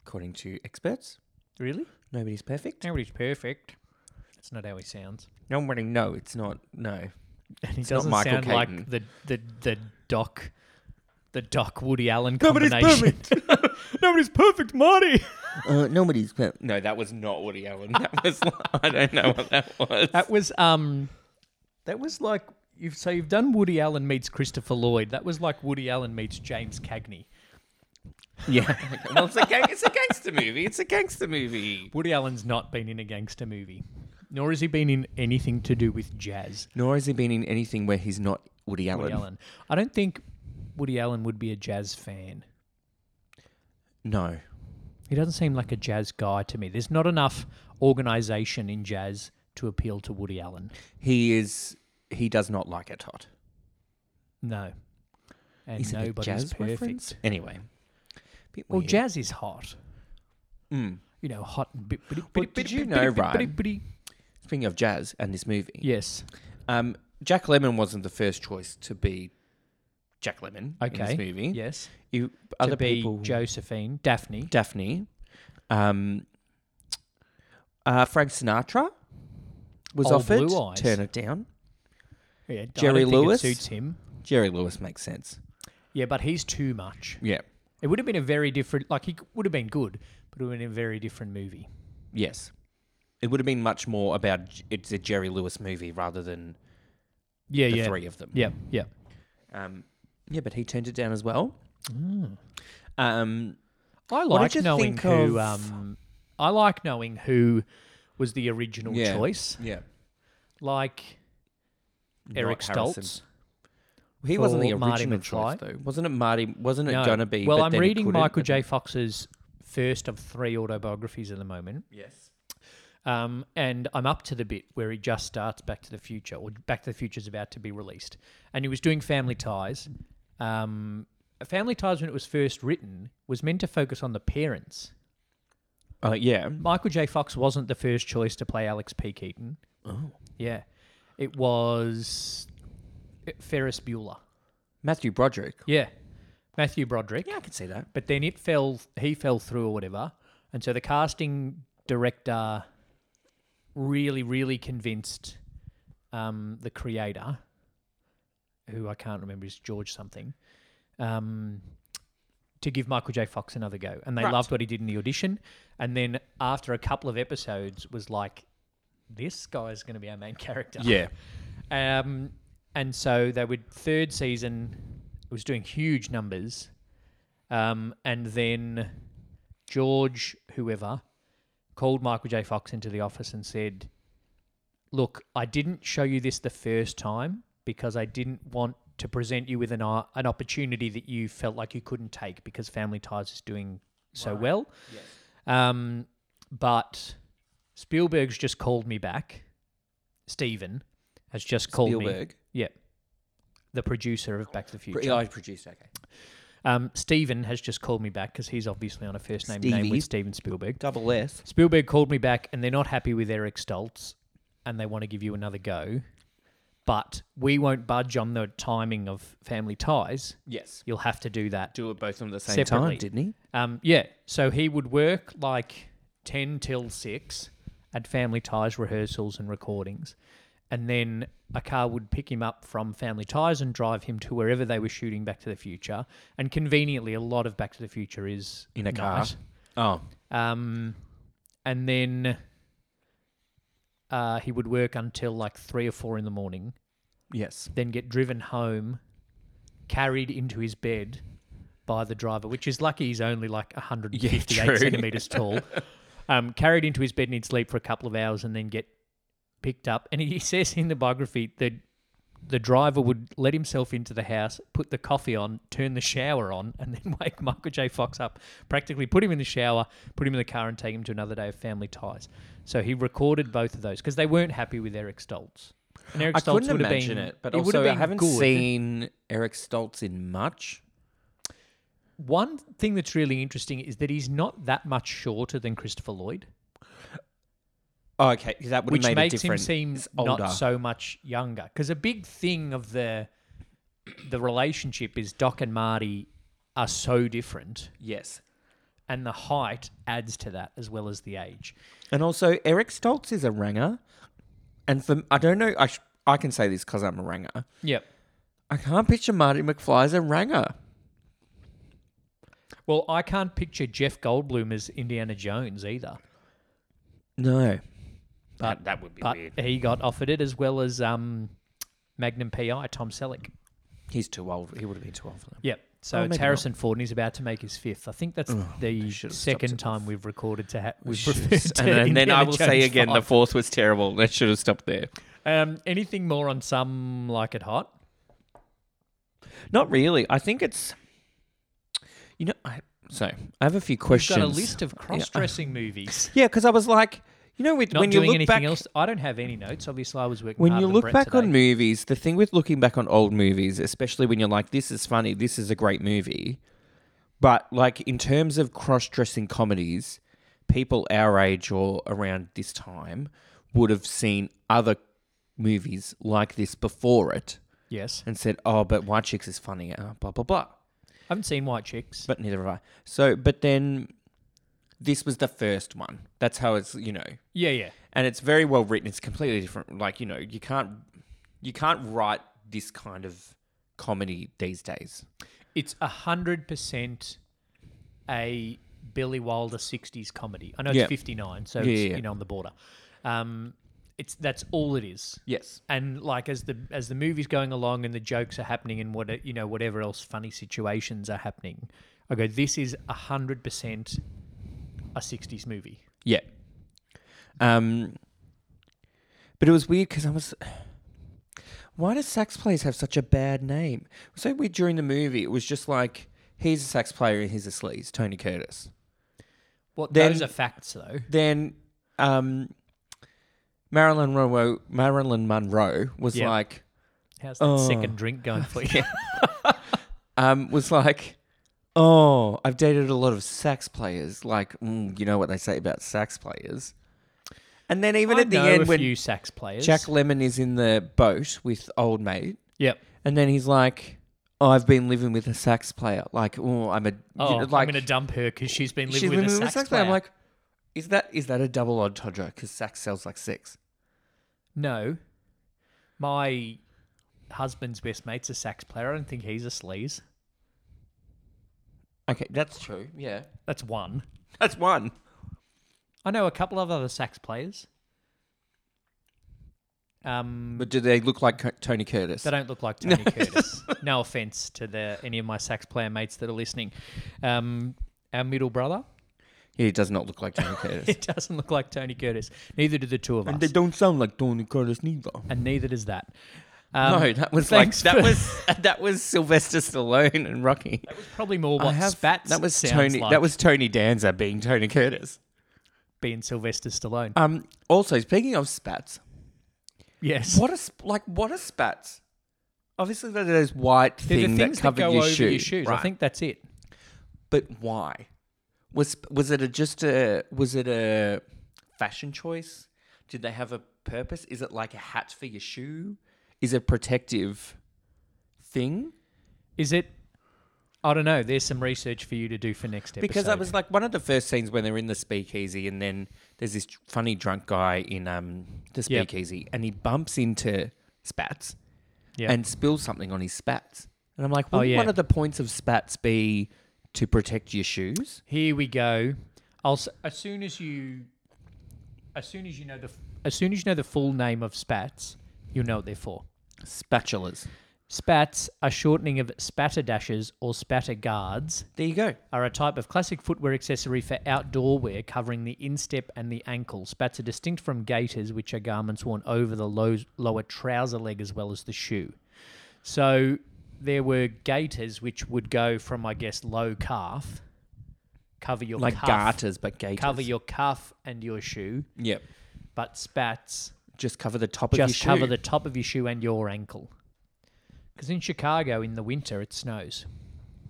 Speaker 2: according to experts.
Speaker 1: really,
Speaker 2: Nobody's perfect.
Speaker 1: nobody's perfect. That's not how he sounds.
Speaker 2: Nobody. No, it's not. No.
Speaker 1: And he
Speaker 2: not
Speaker 1: doesn't
Speaker 2: Michael
Speaker 1: sound
Speaker 2: Caton.
Speaker 1: like the the the doc, the doc Woody Allen
Speaker 2: Nobody's
Speaker 1: combination. <laughs> Nobody's perfect, Marty.
Speaker 2: Uh, nobody's perfect. No, that was not Woody Allen. <laughs> That was. I don't know what that was.
Speaker 1: That was um, that was like you've so you've done Woody Allen meets Christopher Lloyd. That was like Woody Allen meets James Cagney.
Speaker 2: Yeah. well, it's a, gang- it's a gangster movie. It's a gangster movie.
Speaker 1: Woody Allen's not been in a gangster movie, nor has he been in anything to do with jazz.
Speaker 2: Nor has he been in anything where he's not Woody Allen.
Speaker 1: Woody Allen. I don't think Woody Allen would be a jazz fan.
Speaker 2: No.
Speaker 1: He doesn't seem like a jazz guy to me. There's not enough organization in jazz to appeal to Woody Allen.
Speaker 2: He is. He does not like it hot.
Speaker 1: No. And
Speaker 2: Is it a
Speaker 1: nobody's
Speaker 2: jazz
Speaker 1: perfect.
Speaker 2: reference? Anyway. Bit
Speaker 1: Well,
Speaker 2: weird.
Speaker 1: jazz is hot.
Speaker 2: Mm.
Speaker 1: You know, hot and bit. bitty,
Speaker 2: But
Speaker 1: bitty,
Speaker 2: did
Speaker 1: bitty,
Speaker 2: you
Speaker 1: bitty,
Speaker 2: know,
Speaker 1: bitty,
Speaker 2: Ryan?
Speaker 1: bitty, bitty.
Speaker 2: Speaking of jazz and this movie,
Speaker 1: Yes.
Speaker 2: um, Jack Lemon wasn't the first choice to be Jack Lemon in
Speaker 1: Okay.
Speaker 2: this movie.
Speaker 1: Yes.
Speaker 2: You, other
Speaker 1: to be
Speaker 2: people,
Speaker 1: Josephine, Daphne.
Speaker 2: Daphne, um, uh, Frank Sinatra was
Speaker 1: Old
Speaker 2: offered.
Speaker 1: Oh, Blue Eyes.
Speaker 2: Turn it down.
Speaker 1: Yeah, I don't
Speaker 2: Jerry
Speaker 1: think it
Speaker 2: Lewis?
Speaker 1: suits him.
Speaker 2: Jerry Lewis makes sense.
Speaker 1: Yeah, but he's too much.
Speaker 2: Yeah.
Speaker 1: It would have been a very different. Like he c- would have been good, but it would have been a very different movie.
Speaker 2: Yes. It would have been much more about J- it's a Jerry Lewis movie rather than
Speaker 1: Yeah,
Speaker 2: the
Speaker 1: yeah,
Speaker 2: three of them.
Speaker 1: yeah, yeah. Ah.
Speaker 2: Um, yeah, but he turned it down as well. Um,
Speaker 1: I
Speaker 2: What did
Speaker 1: like
Speaker 2: you
Speaker 1: knowing
Speaker 2: think
Speaker 1: who.
Speaker 2: of-
Speaker 1: Um, I like knowing who was the original
Speaker 2: yeah.
Speaker 1: choice,
Speaker 2: Yeah.
Speaker 1: like
Speaker 2: Not
Speaker 1: Eric
Speaker 2: Harrison.
Speaker 1: Stoltz.
Speaker 2: He wasn't the
Speaker 1: for Marty
Speaker 2: original choice,
Speaker 1: McFly.
Speaker 2: though. Wasn't it Marty? Wasn't it
Speaker 1: No.
Speaker 2: gonna be?
Speaker 1: Well,
Speaker 2: but
Speaker 1: I'm
Speaker 2: then it
Speaker 1: reading
Speaker 2: couldn't,
Speaker 1: Michael
Speaker 2: but-
Speaker 1: J. Fox's first of three autobiographies at the moment.
Speaker 2: Yes.
Speaker 1: Um, and I'm up to the bit where he just starts Back to the Future, or Back to the Future is about to be released. And he was doing Family Ties. Um, Family Ties, when it was first written, was meant to focus on the parents.
Speaker 2: Uh, yeah.
Speaker 1: Michael J. Fox wasn't the first choice to play Alex P. Keaton.
Speaker 2: Oh.
Speaker 1: Yeah. It was Ferris Bueller.
Speaker 2: Matthew Broderick.
Speaker 1: Yeah. Matthew Broderick.
Speaker 2: Yeah, I can see that.
Speaker 1: but then it fell he fell through or whatever and so the casting director really really convinced um, the creator, who I can't remember is George something, um, to give Michael J. Fox another go, and they
Speaker 2: Right.
Speaker 1: loved what he did in the audition. And then after a couple of episodes, was like, this guy's going to be our main character.
Speaker 2: Yeah.
Speaker 1: Um, and so they would third season was doing huge numbers, um, and then George whoever called Michael J. Fox into the office and said, "Look, I didn't show you this the first time because I didn't want." To present you with an o- an opportunity that you felt like you couldn't take because Family Ties is doing so well, um, but Spielberg's just called me back. Steven has just called me.
Speaker 2: Spielberg.
Speaker 1: Yeah. The producer of Back to the Future.
Speaker 2: Pre- I produced. Okay.
Speaker 1: Um, Steven has just called me back because he's obviously on a first name name
Speaker 2: Stevie.
Speaker 1: with Steven Spielberg.
Speaker 2: Double S.
Speaker 1: Spielberg called me back and they're not happy with Eric Stoltz and they want to give you another go. But we won't budge on the timing of family ties.
Speaker 2: Yes.
Speaker 1: You'll have to do that.
Speaker 2: Do it both of them at the same
Speaker 1: Separately.
Speaker 2: time, didn't he?
Speaker 1: Um, yeah. So he would work like 10 till 6 at Family Ties rehearsals and recordings. And then a car would pick him up from Family Ties and drive him to wherever they were shooting Back to the Future. And conveniently, a lot of Back to the Future is
Speaker 2: In a car.
Speaker 1: night.
Speaker 2: Oh.
Speaker 1: Um, and then uh, he would work until like 3 or 4 in the morning
Speaker 2: Yes.
Speaker 1: then get driven home, carried into his bed by the driver, which is lucky he's only like 158
Speaker 2: true.
Speaker 1: centimeters tall. Um, carried into his bed and he'd sleep for a couple of hours and then get picked up. And he <laughs> says in the biography that the driver would let himself into the house, put the coffee on, turn the shower on, and then <laughs> wake Michael J. Fox up. Practically put him in the shower, put him in the car, and take him to another day of family ties. So he recorded both of those because they weren't happy with Eric Stoltz. And Eric
Speaker 2: I
Speaker 1: Stoltz
Speaker 2: couldn't
Speaker 1: would have
Speaker 2: imagine
Speaker 1: been,
Speaker 2: it, but
Speaker 1: he would have
Speaker 2: also I
Speaker 1: been
Speaker 2: haven't
Speaker 1: good.
Speaker 2: seen Eric Stoltz in much.
Speaker 1: One thing that's really interesting is that he's not that much shorter than Christopher Lloyd,
Speaker 2: Oh, okay, that would
Speaker 1: which
Speaker 2: have made a
Speaker 1: makes him
Speaker 2: difference.
Speaker 1: seem not so much younger. Because a big thing of the the relationship is Doc and Marty are so different,
Speaker 2: Yes,
Speaker 1: and the height adds to that as well as the age.
Speaker 2: and also Eric Stoltz is a ranger, and for I don't know. I sh- I can say this because I'm a ranger.
Speaker 1: Yep.
Speaker 2: I can't picture Marty McFly as a ranger.
Speaker 1: Well, I can't picture Jeff Goldblum as Indiana Jones either,
Speaker 2: No,
Speaker 1: But-
Speaker 2: that would be
Speaker 1: but he got offered it as well as um, Magnum PI Tom Selleck.
Speaker 2: He's too old. He would have been too old for that.
Speaker 1: Yep. So
Speaker 2: Oh,
Speaker 1: it's
Speaker 2: maybe
Speaker 1: Harrison Ford, and he's about to make his fifth. I think that's the
Speaker 2: should have stopped
Speaker 1: second
Speaker 2: at
Speaker 1: time we've recorded to ha- we've referred
Speaker 2: and
Speaker 1: to
Speaker 2: then, and then I
Speaker 1: Indiana
Speaker 2: will
Speaker 1: Jones
Speaker 2: say again, the
Speaker 1: five.
Speaker 2: fourth was terrible. That should have stopped there.
Speaker 1: um, anything more on some like it hot?
Speaker 2: Not really. I think it's. You know, I so I have a few
Speaker 1: We've
Speaker 2: questions.
Speaker 1: got a list of cross-dressing movies.
Speaker 2: Yeah, because I was like, you know, with,
Speaker 1: Not
Speaker 2: when you
Speaker 1: doing
Speaker 2: look
Speaker 1: anything
Speaker 2: back,
Speaker 1: else. I don't have any notes. Obviously, I was working.
Speaker 2: when
Speaker 1: harder
Speaker 2: you
Speaker 1: than
Speaker 2: look
Speaker 1: Brett
Speaker 2: back on
Speaker 1: today.
Speaker 2: movies, the thing with looking back on old movies, especially when you're like, this is funny, this is a great movie, but like in terms of cross-dressing comedies, people our age or around this time would have seen other movies like this before it
Speaker 1: yes,
Speaker 2: and said, oh, but White Chicks is funny, uh, blah blah blah.
Speaker 1: I haven't seen White Chicks.
Speaker 2: But neither have I. So, but then this was the first one. That's how it's, you know,
Speaker 1: yeah, yeah,
Speaker 2: and it's very well written. It's completely different. Like you know, you can't you can't write this kind of comedy these days.
Speaker 1: it's a hundred percent a Billy Wilder '60s comedy. I know it's
Speaker 2: Yeah.
Speaker 1: '59, so
Speaker 2: Yeah,
Speaker 1: it's,
Speaker 2: yeah, yeah.
Speaker 1: you know on the border. Um, it's that's all it is.
Speaker 2: Yes.
Speaker 1: and like as the as the movie's going along and the jokes are happening and what you know whatever else funny situations are happening i go this is 100% a 60s movie
Speaker 2: Yeah. Um. But it was weird because I was. Why does sax players have such a bad name? It was so weird during the movie. It was just like he's a sax player and he's a sleaze, Tony Curtis.
Speaker 1: what
Speaker 2: Then-
Speaker 1: those are facts though
Speaker 2: Then, um, Marilyn Monroe. Marilyn Monroe was
Speaker 1: Yeah.
Speaker 2: like.
Speaker 1: how's that
Speaker 2: Oh.
Speaker 1: second drink going for you
Speaker 2: um, was like, "Oh, I've dated a lot of sax players. Like, mm, you know what they say about sax players." And then <laughs> even
Speaker 1: I
Speaker 2: at the
Speaker 1: know a
Speaker 2: end when
Speaker 1: few sax players
Speaker 2: Jack Lemon is in the boat with old mate,
Speaker 1: yep
Speaker 2: and then he's like, oh, "I've been living with a sax player. Like, oh, I'm a you
Speaker 1: oh
Speaker 2: know, like
Speaker 1: i'm gonna dump her because she's been
Speaker 2: she's
Speaker 1: living with a sax, player
Speaker 2: I'm like, is that is that a double odd Todger? Because sax sells like six.
Speaker 1: no My husband's best mate's a sax player. I don't think he's a sleaze.
Speaker 2: Okay, that's true. Yeah,
Speaker 1: That's one.
Speaker 2: that's one.
Speaker 1: I know a couple of other sax players. Um,
Speaker 2: But do they look like Co- Tony Curtis?
Speaker 1: they don't look
Speaker 2: <laughs>
Speaker 1: like Tony Curtis. No offense to the any of my sax player mates that are listening. Um, our middle brother, <laughs>
Speaker 2: He does not look like Tony Curtis.
Speaker 1: it doesn't look like Tony Curtis. Neither do the two of us,
Speaker 2: don't sound like Tony Curtis neither.
Speaker 1: and neither does that. Um,
Speaker 2: no, that was like
Speaker 1: thanks
Speaker 2: that
Speaker 1: for-
Speaker 2: was
Speaker 1: <laughs>
Speaker 2: <laughs> that was Sylvester Stallone and Rocky.
Speaker 1: That was probably more
Speaker 2: I
Speaker 1: what
Speaker 2: have-
Speaker 1: Spats
Speaker 2: that was
Speaker 1: sounds
Speaker 2: Tony.
Speaker 1: like,
Speaker 2: That was Tony Danza being Tony Curtis.
Speaker 1: being Sylvester Stallone.
Speaker 2: Um. Also, speaking of spats,
Speaker 1: yes.
Speaker 2: what a sp- like what a spats. Obviously, they're those white
Speaker 1: They're
Speaker 2: thing
Speaker 1: the
Speaker 2: that
Speaker 1: things
Speaker 2: cover
Speaker 1: go
Speaker 2: your,
Speaker 1: over
Speaker 2: shoe,
Speaker 1: your shoes.
Speaker 2: Right.
Speaker 1: I think that's it.
Speaker 2: but why? Was was it a, just a was it a fashion choice? Did they have a purpose? Is it like a hat for your shoe? Is it protective thing?
Speaker 1: Is it? I don't know. There's some research for you to do for next episode.
Speaker 2: Because I was like one of the first scenes when they're in the speakeasy, and then there's this funny drunk guy in um, the
Speaker 1: Yep.
Speaker 2: speakeasy, and he bumps into Spats
Speaker 1: yeah.
Speaker 2: and spills something on his Spats, and I'm like,
Speaker 1: Oh,
Speaker 2: would
Speaker 1: yeah.
Speaker 2: one of the points of Spats be to protect your shoes?
Speaker 1: Here we go. I'll s- as soon as you, as soon as you know the, f- as soon as you know the full name of spats, you'll know what they're for.
Speaker 2: Spatulas.
Speaker 1: Spats, a shortening of spatter dashes or spatter guards,
Speaker 2: There you go.
Speaker 1: are a type of classic footwear accessory for outdoor wear covering the instep and the ankle. Spats are distinct from gaiters, which are garments worn over the low, lower trouser leg as well as the shoe. So there were gaiters which would go from, I guess, low calf, cover your
Speaker 2: Like
Speaker 1: calf,
Speaker 2: garters, but gaiters.
Speaker 1: cover your cuff and your shoe,
Speaker 2: Yep.
Speaker 1: but spats
Speaker 2: Just cover the top of your
Speaker 1: just
Speaker 2: shoe.
Speaker 1: cover the top of your shoe and your ankle. Because in Chicago in the winter it snows.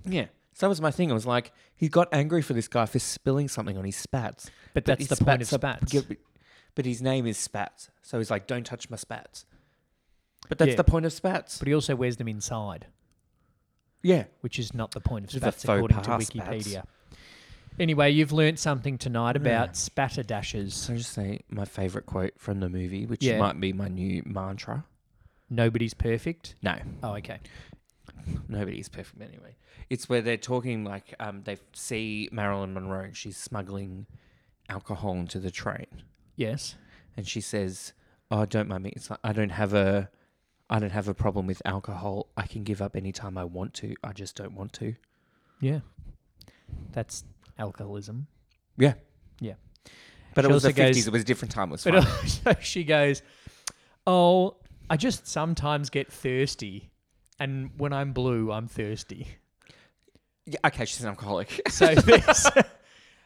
Speaker 2: Yeah. So that was my thing. I was like, he got angry for this guy for spilling something on his spats.
Speaker 1: But that's
Speaker 2: his
Speaker 1: the point of
Speaker 2: are-
Speaker 1: spats.
Speaker 2: yeah, But his name is Spats. So he's like, don't touch my spats. But that's
Speaker 1: Yeah.
Speaker 2: the point of spats.
Speaker 1: But he also wears them inside.
Speaker 2: Yeah.
Speaker 1: which is not the point of
Speaker 2: Bit of a
Speaker 1: spats
Speaker 2: faux
Speaker 1: according to
Speaker 2: pas,
Speaker 1: Wikipedia. Anyway, you've learnt something tonight about spatter dashes.
Speaker 2: Can I just say my favorite quote from the movie, which
Speaker 1: Yeah.
Speaker 2: might be my new mantra?
Speaker 1: Nobody's perfect.
Speaker 2: No,
Speaker 1: Oh, okay.
Speaker 2: nobody's perfect anyway. It's where they're talking like um, they see Marilyn Monroe and she's smuggling alcohol into the train.
Speaker 1: Yes.
Speaker 2: and she says, "Oh, don't mind me. It's like, I don't have a, I don't have a problem with alcohol. I can give up anytime I want to. I just don't want to."
Speaker 1: Yeah. That's alcoholism. <laughs>
Speaker 2: Yeah,
Speaker 1: Yeah.
Speaker 2: but
Speaker 1: She
Speaker 2: it was the
Speaker 1: also goes-
Speaker 2: fifties. It was a different time. It was
Speaker 1: But
Speaker 2: fine.
Speaker 1: also she goes, "Oh, I just sometimes get thirsty, and when I'm blue, I'm thirsty."
Speaker 2: Yeah, okay, she's an alcoholic.
Speaker 1: So <laughs> there's.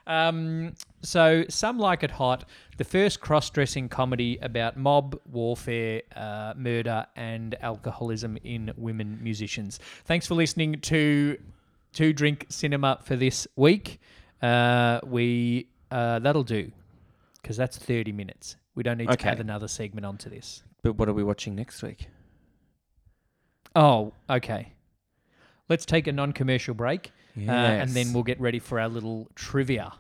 Speaker 1: Um, so some like it hot. The first cross-dressing comedy about mob warfare, uh, murder, and alcoholism in women musicians. Thanks for listening to Two Drink Cinema for this week. Uh, we uh, that'll do because that's thirty minutes. We don't need
Speaker 2: Okay.
Speaker 1: to add another segment onto this.
Speaker 2: <laughs> but what are we watching next week?
Speaker 1: Oh, okay. Let's take a non-commercial break, uh, and then
Speaker 2: Yes.
Speaker 1: we'll get ready for our little trivia.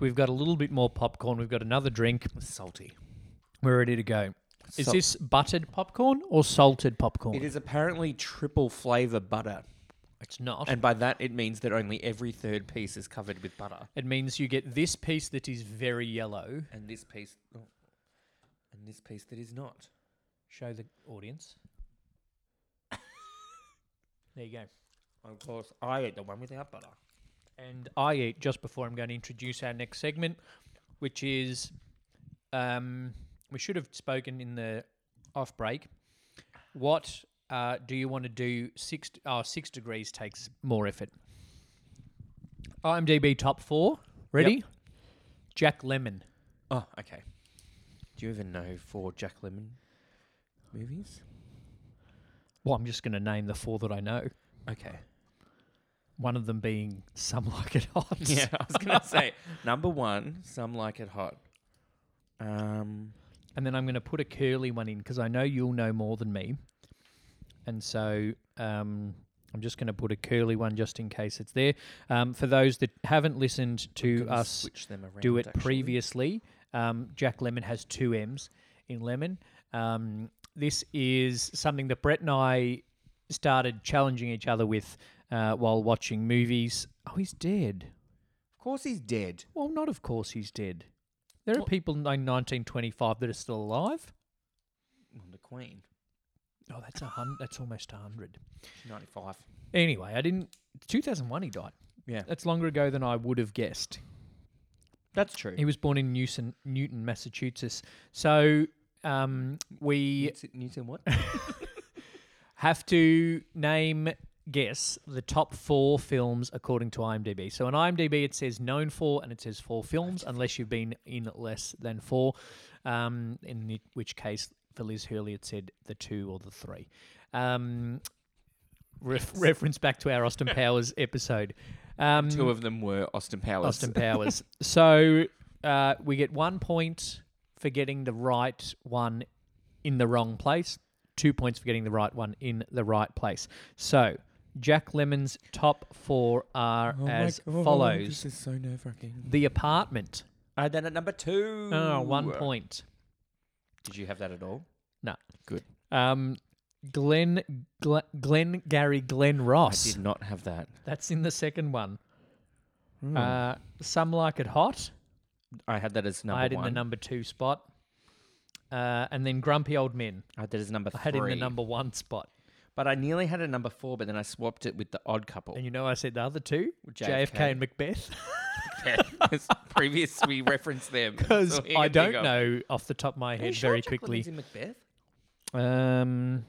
Speaker 1: We've got a little bit more popcorn. We've got another drink.
Speaker 2: salty.
Speaker 1: We're ready to go. Is
Speaker 2: Sal-
Speaker 1: this buttered popcorn or salted popcorn?
Speaker 2: It is apparently triple flavor butter,
Speaker 1: It's not.
Speaker 2: and by that it means that only every third piece is covered with butter,
Speaker 1: it means you get this piece that is very yellow.
Speaker 2: and this piece, oh, and this piece that is not.
Speaker 1: Show the audience. <laughs> there you go.
Speaker 2: Of course, I ate the one without butter.
Speaker 1: And I eat just before I'm going to introduce our next segment, which is um, we should have spoken in the off break. What uh, do you want to do? Six, oh, six degrees takes more effort. IMDb top four. Ready? Jack Lemon.
Speaker 2: Oh, okay. Do you even know four Jack Lemon movies?
Speaker 1: Well, I'm just going to name the four that I know.
Speaker 2: <laughs> Okay.
Speaker 1: One of them being <laughs> Some Like It Hot.
Speaker 2: <laughs> Yeah, I was gonna say number one, Some Like It Hot. Um,
Speaker 1: And then I'm going to put a curly one in because I know you'll know more than me. And so um, I'm just going to put a curly one just in case it's there. Um, for those that haven't listened to
Speaker 2: gonna
Speaker 1: us
Speaker 2: switch them around,
Speaker 1: do it
Speaker 2: actually.
Speaker 1: previously, um, Jack Lemon has two M's in Lemon. Um, this is something that Brett and I started challenging each other with uh, while watching movies. Oh, he's dead.
Speaker 2: Of course, he's dead.
Speaker 1: Well, not of course he's dead. There are people in 1925 that are still alive.
Speaker 2: Well, the Queen,
Speaker 1: Oh, that's a hundred. That's almost a hundred.
Speaker 2: she's ninety-five.
Speaker 1: Anyway, I didn't. 2001, he died.
Speaker 2: Yeah,
Speaker 1: That's longer ago than I would have guessed.
Speaker 2: that's true.
Speaker 1: He was born in Newton, Newton, Massachusetts. So um, we
Speaker 2: Newton, Newton what?
Speaker 1: have to name guess the top four films according to IMDb. So on IMDb it says known for and it says four films unless you've been in less than four. Um, in the- which case for Liz Hurley it said the two or the three. Um, ref- Reference back to our
Speaker 2: <laughs>
Speaker 1: Austin Powers episode. Um,
Speaker 2: <laughs> Two of them were Austin Powers.
Speaker 1: Austin Powers. so uh, we get one point for getting the right one in the wrong place, two points for getting the right one in the right place. So Jack Lemon's top four are
Speaker 2: Oh
Speaker 1: as follows
Speaker 2: is so nerve-wracking.
Speaker 1: The Apartment.
Speaker 2: And then at number two.
Speaker 1: Oh, one point.
Speaker 2: Did you have that at all?
Speaker 1: No.
Speaker 2: Good.
Speaker 1: Um, Glenn, Glen, Glenn, Gary, Glenn Ross.
Speaker 2: I did not have that.
Speaker 1: That's in the second one. Uh, Some Like It Hot.
Speaker 2: I had that as number
Speaker 1: I had in
Speaker 2: one.
Speaker 1: the number two spot. Uh, and then Grumpy Old Men.
Speaker 2: I had that as number
Speaker 1: I had in
Speaker 2: three.
Speaker 1: the number one spot.
Speaker 2: but I nearly had a number four, but then I swapped it with the odd couple.
Speaker 1: And you know I said the other two? JFK,
Speaker 2: JFK.
Speaker 1: and Macbeth. <laughs>
Speaker 2: <laughs> Previous, we referenced <laughs> them.
Speaker 1: Because
Speaker 2: So here
Speaker 1: I
Speaker 2: you
Speaker 1: don't
Speaker 2: go.
Speaker 1: know off the top of my
Speaker 2: Are you
Speaker 1: head
Speaker 2: sure
Speaker 1: very
Speaker 2: Jack
Speaker 1: quickly.
Speaker 2: Lemon's in Macbeth?
Speaker 1: Um,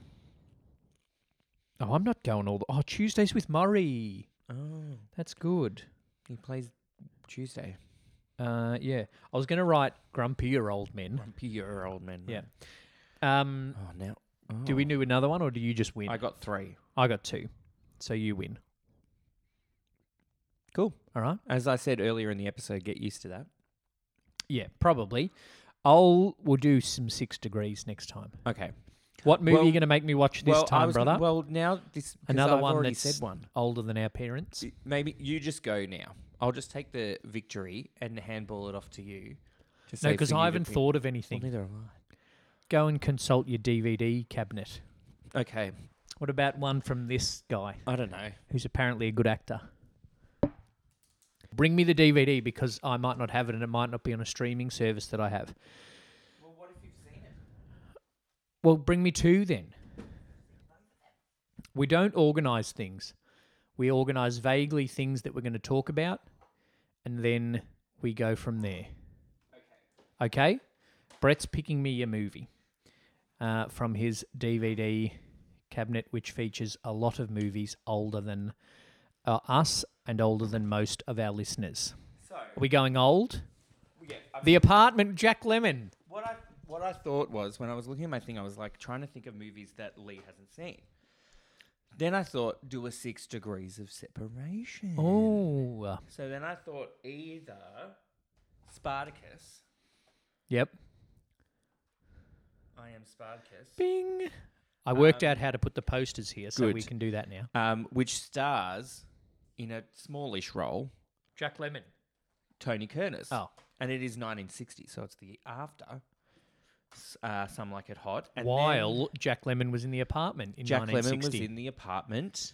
Speaker 1: oh, I'm not going all the... Oh, Tuesdays with Murray.
Speaker 2: Oh,
Speaker 1: That's good.
Speaker 2: he plays Tuesday.
Speaker 1: Uh, yeah. I was going to write Grumpier Old Men.
Speaker 2: Pure old man.
Speaker 1: Yeah. Um,
Speaker 2: Oh, now.
Speaker 1: Do we do another one or do you just win?
Speaker 2: I got three.
Speaker 1: I got two. So you win.
Speaker 2: Cool.
Speaker 1: All right.
Speaker 2: As I said earlier in the episode, get used to that.
Speaker 1: Yeah, probably. I'll we'll do some six degrees next time.
Speaker 2: Okay.
Speaker 1: What movie are you
Speaker 2: Well-
Speaker 1: going to make me watch this
Speaker 2: well, I
Speaker 1: time,
Speaker 2: was
Speaker 1: brother?
Speaker 2: Gonna, well, now this 'cause
Speaker 1: Another
Speaker 2: I've
Speaker 1: one
Speaker 2: already
Speaker 1: that's
Speaker 2: said one.
Speaker 1: older than our parents.
Speaker 2: Maybe you just go now. I'll just take the victory and handball it off to you. to
Speaker 1: No,
Speaker 2: say
Speaker 1: because
Speaker 2: for you
Speaker 1: I
Speaker 2: to
Speaker 1: haven't
Speaker 2: pick.
Speaker 1: thought of
Speaker 2: Well,
Speaker 1: anything.
Speaker 2: neither have I.
Speaker 1: Go and consult your DVD cabinet.
Speaker 2: Okay.
Speaker 1: What about one from this guy,
Speaker 2: I don't know.
Speaker 1: who's apparently a good actor? Bring me the DVD because I might not have it, and it might not be on a streaming service that I have.
Speaker 2: Well, what if you've seen it?
Speaker 1: Well, bring me two then. We don't organise things. We organise vaguely things that we're going to talk about, and then we go from there. Okay. Okay? Brett's picking me a movie uh, from his DVD cabinet, which features a lot of movies older than uh, us and older than most of our listeners.
Speaker 2: So,
Speaker 1: Are we going old?
Speaker 2: yeah, I
Speaker 1: The Apartment, Jack Lemon.
Speaker 2: What I what I thought was when I was looking at my thing, I was like trying to think of movies that Lee hasn't seen. Then I thought, do a six degrees of separation.
Speaker 1: Oh.
Speaker 2: So then I thought either Spartacus,
Speaker 1: Yep.
Speaker 2: I am Spartacus,
Speaker 1: Bing. I worked out how to put the posters here, so we
Speaker 2: Um, good.
Speaker 1: can do that now.
Speaker 2: um, which stars in a smallish role
Speaker 1: Jack Lemon.
Speaker 2: Tony Curtis.
Speaker 1: Oh.
Speaker 2: and it is 1960, so it's the after. s- Uh, some like it hot. And then
Speaker 1: While Jack Lemon was in the apartment in
Speaker 2: Jack Lemon
Speaker 1: 1960.
Speaker 2: was in the apartment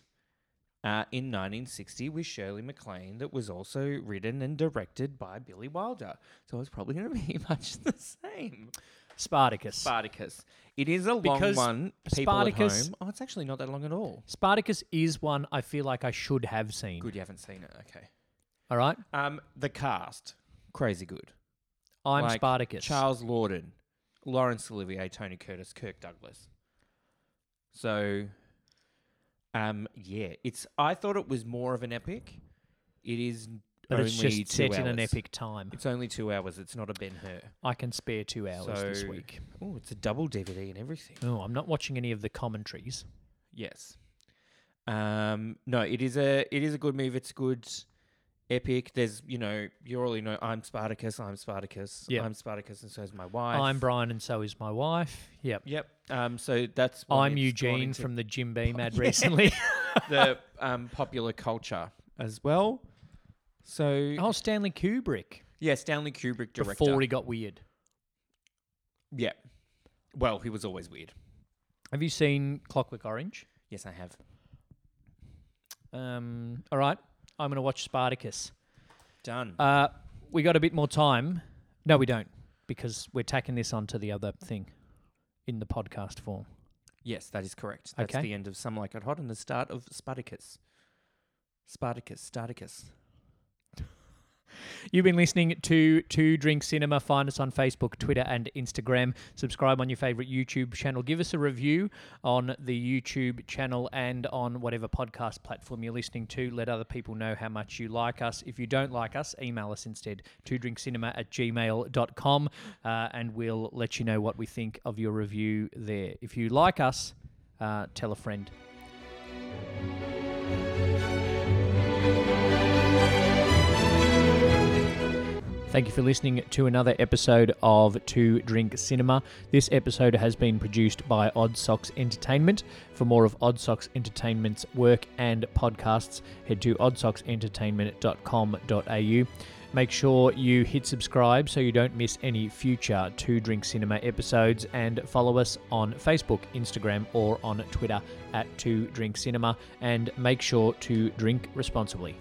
Speaker 2: uh, in 1960 with Shirley MacLaine, that was also written and directed by Billy Wilder. So it's probably going to be <laughs> much the same.
Speaker 1: Spartacus.
Speaker 2: Spartacus. It is a long
Speaker 1: Because
Speaker 2: one. People
Speaker 1: Spartacus-
Speaker 2: at home. Oh, it's actually not that long at all.
Speaker 1: Spartacus is one I feel like I should have seen.
Speaker 2: Good, you haven't seen it. Okay.
Speaker 1: All right?
Speaker 2: Um, the cast, crazy good.
Speaker 1: I'm
Speaker 2: Like
Speaker 1: Spartacus.
Speaker 2: Charles Lawton, Laurence Olivier, Tony Curtis, Kirk Douglas. So, um, yeah, it's. I thought it was more of an epic. It is,
Speaker 1: but
Speaker 2: only
Speaker 1: it's just
Speaker 2: two
Speaker 1: set
Speaker 2: hours.
Speaker 1: in an epic time.
Speaker 2: It's only two hours. It's not a Ben Hur.
Speaker 1: I can spare two hours this week.
Speaker 2: Oh, it's a double DVD and everything.
Speaker 1: Oh, I'm not watching any of the commentaries.
Speaker 2: Yes. Um, no, it is a it is a good move. It's good. epic. There's, you know, you already know I'm Spartacus, I'm Spartacus,
Speaker 1: Yeah.
Speaker 2: I'm Spartacus, and so is my wife.
Speaker 1: I'm Brian, and so is my wife. Yep.
Speaker 2: Yep. Um, so that's what
Speaker 1: I'm
Speaker 2: it's gone
Speaker 1: Eugene
Speaker 2: into
Speaker 1: from the Jim Beam ad recently.
Speaker 2: <laughs> the um, popular culture as well. So
Speaker 1: oh, Stanley Kubrick.
Speaker 2: yeah, Stanley Kubrick director.
Speaker 1: Before he got weird.
Speaker 2: yeah. Well, he was always weird.
Speaker 1: Have you seen Clockwork Orange?
Speaker 2: Yes, I have.
Speaker 1: Um, all right. I'm going to watch Spartacus.
Speaker 2: Done.
Speaker 1: Uh, we got a bit more time. No, we don't, because we're tacking this onto the other thing in the podcast form.
Speaker 2: yes, that is correct. That's
Speaker 1: okay.
Speaker 2: the end of Some Like It Hot and the start of Spartacus. Spartacus, Spartacus.
Speaker 1: You've been listening to Two Drink Cinema. Find us on Facebook, Twitter, and Instagram. Subscribe on your favorite YouTube channel. Give us a review on the YouTube channel and on whatever podcast platform you're listening to. Let other people know how much you like us. If you don't like us, email us instead, two drinkcinema at gmail.com, uh, and we'll let you know what we think of your review there. If you like us, uh, tell a friend. Thank you for listening to another episode of Two Drink Cinema. This episode has been produced by Odd Socks Entertainment. For more of Odd Socks Entertainment's work and podcasts, head to oddsocksentertainment.com.au. Make sure you hit subscribe so you don't miss any future Two Drink Cinema episodes and follow us on Facebook, Instagram, or on Twitter at Two Drink Cinema. And make sure to drink responsibly.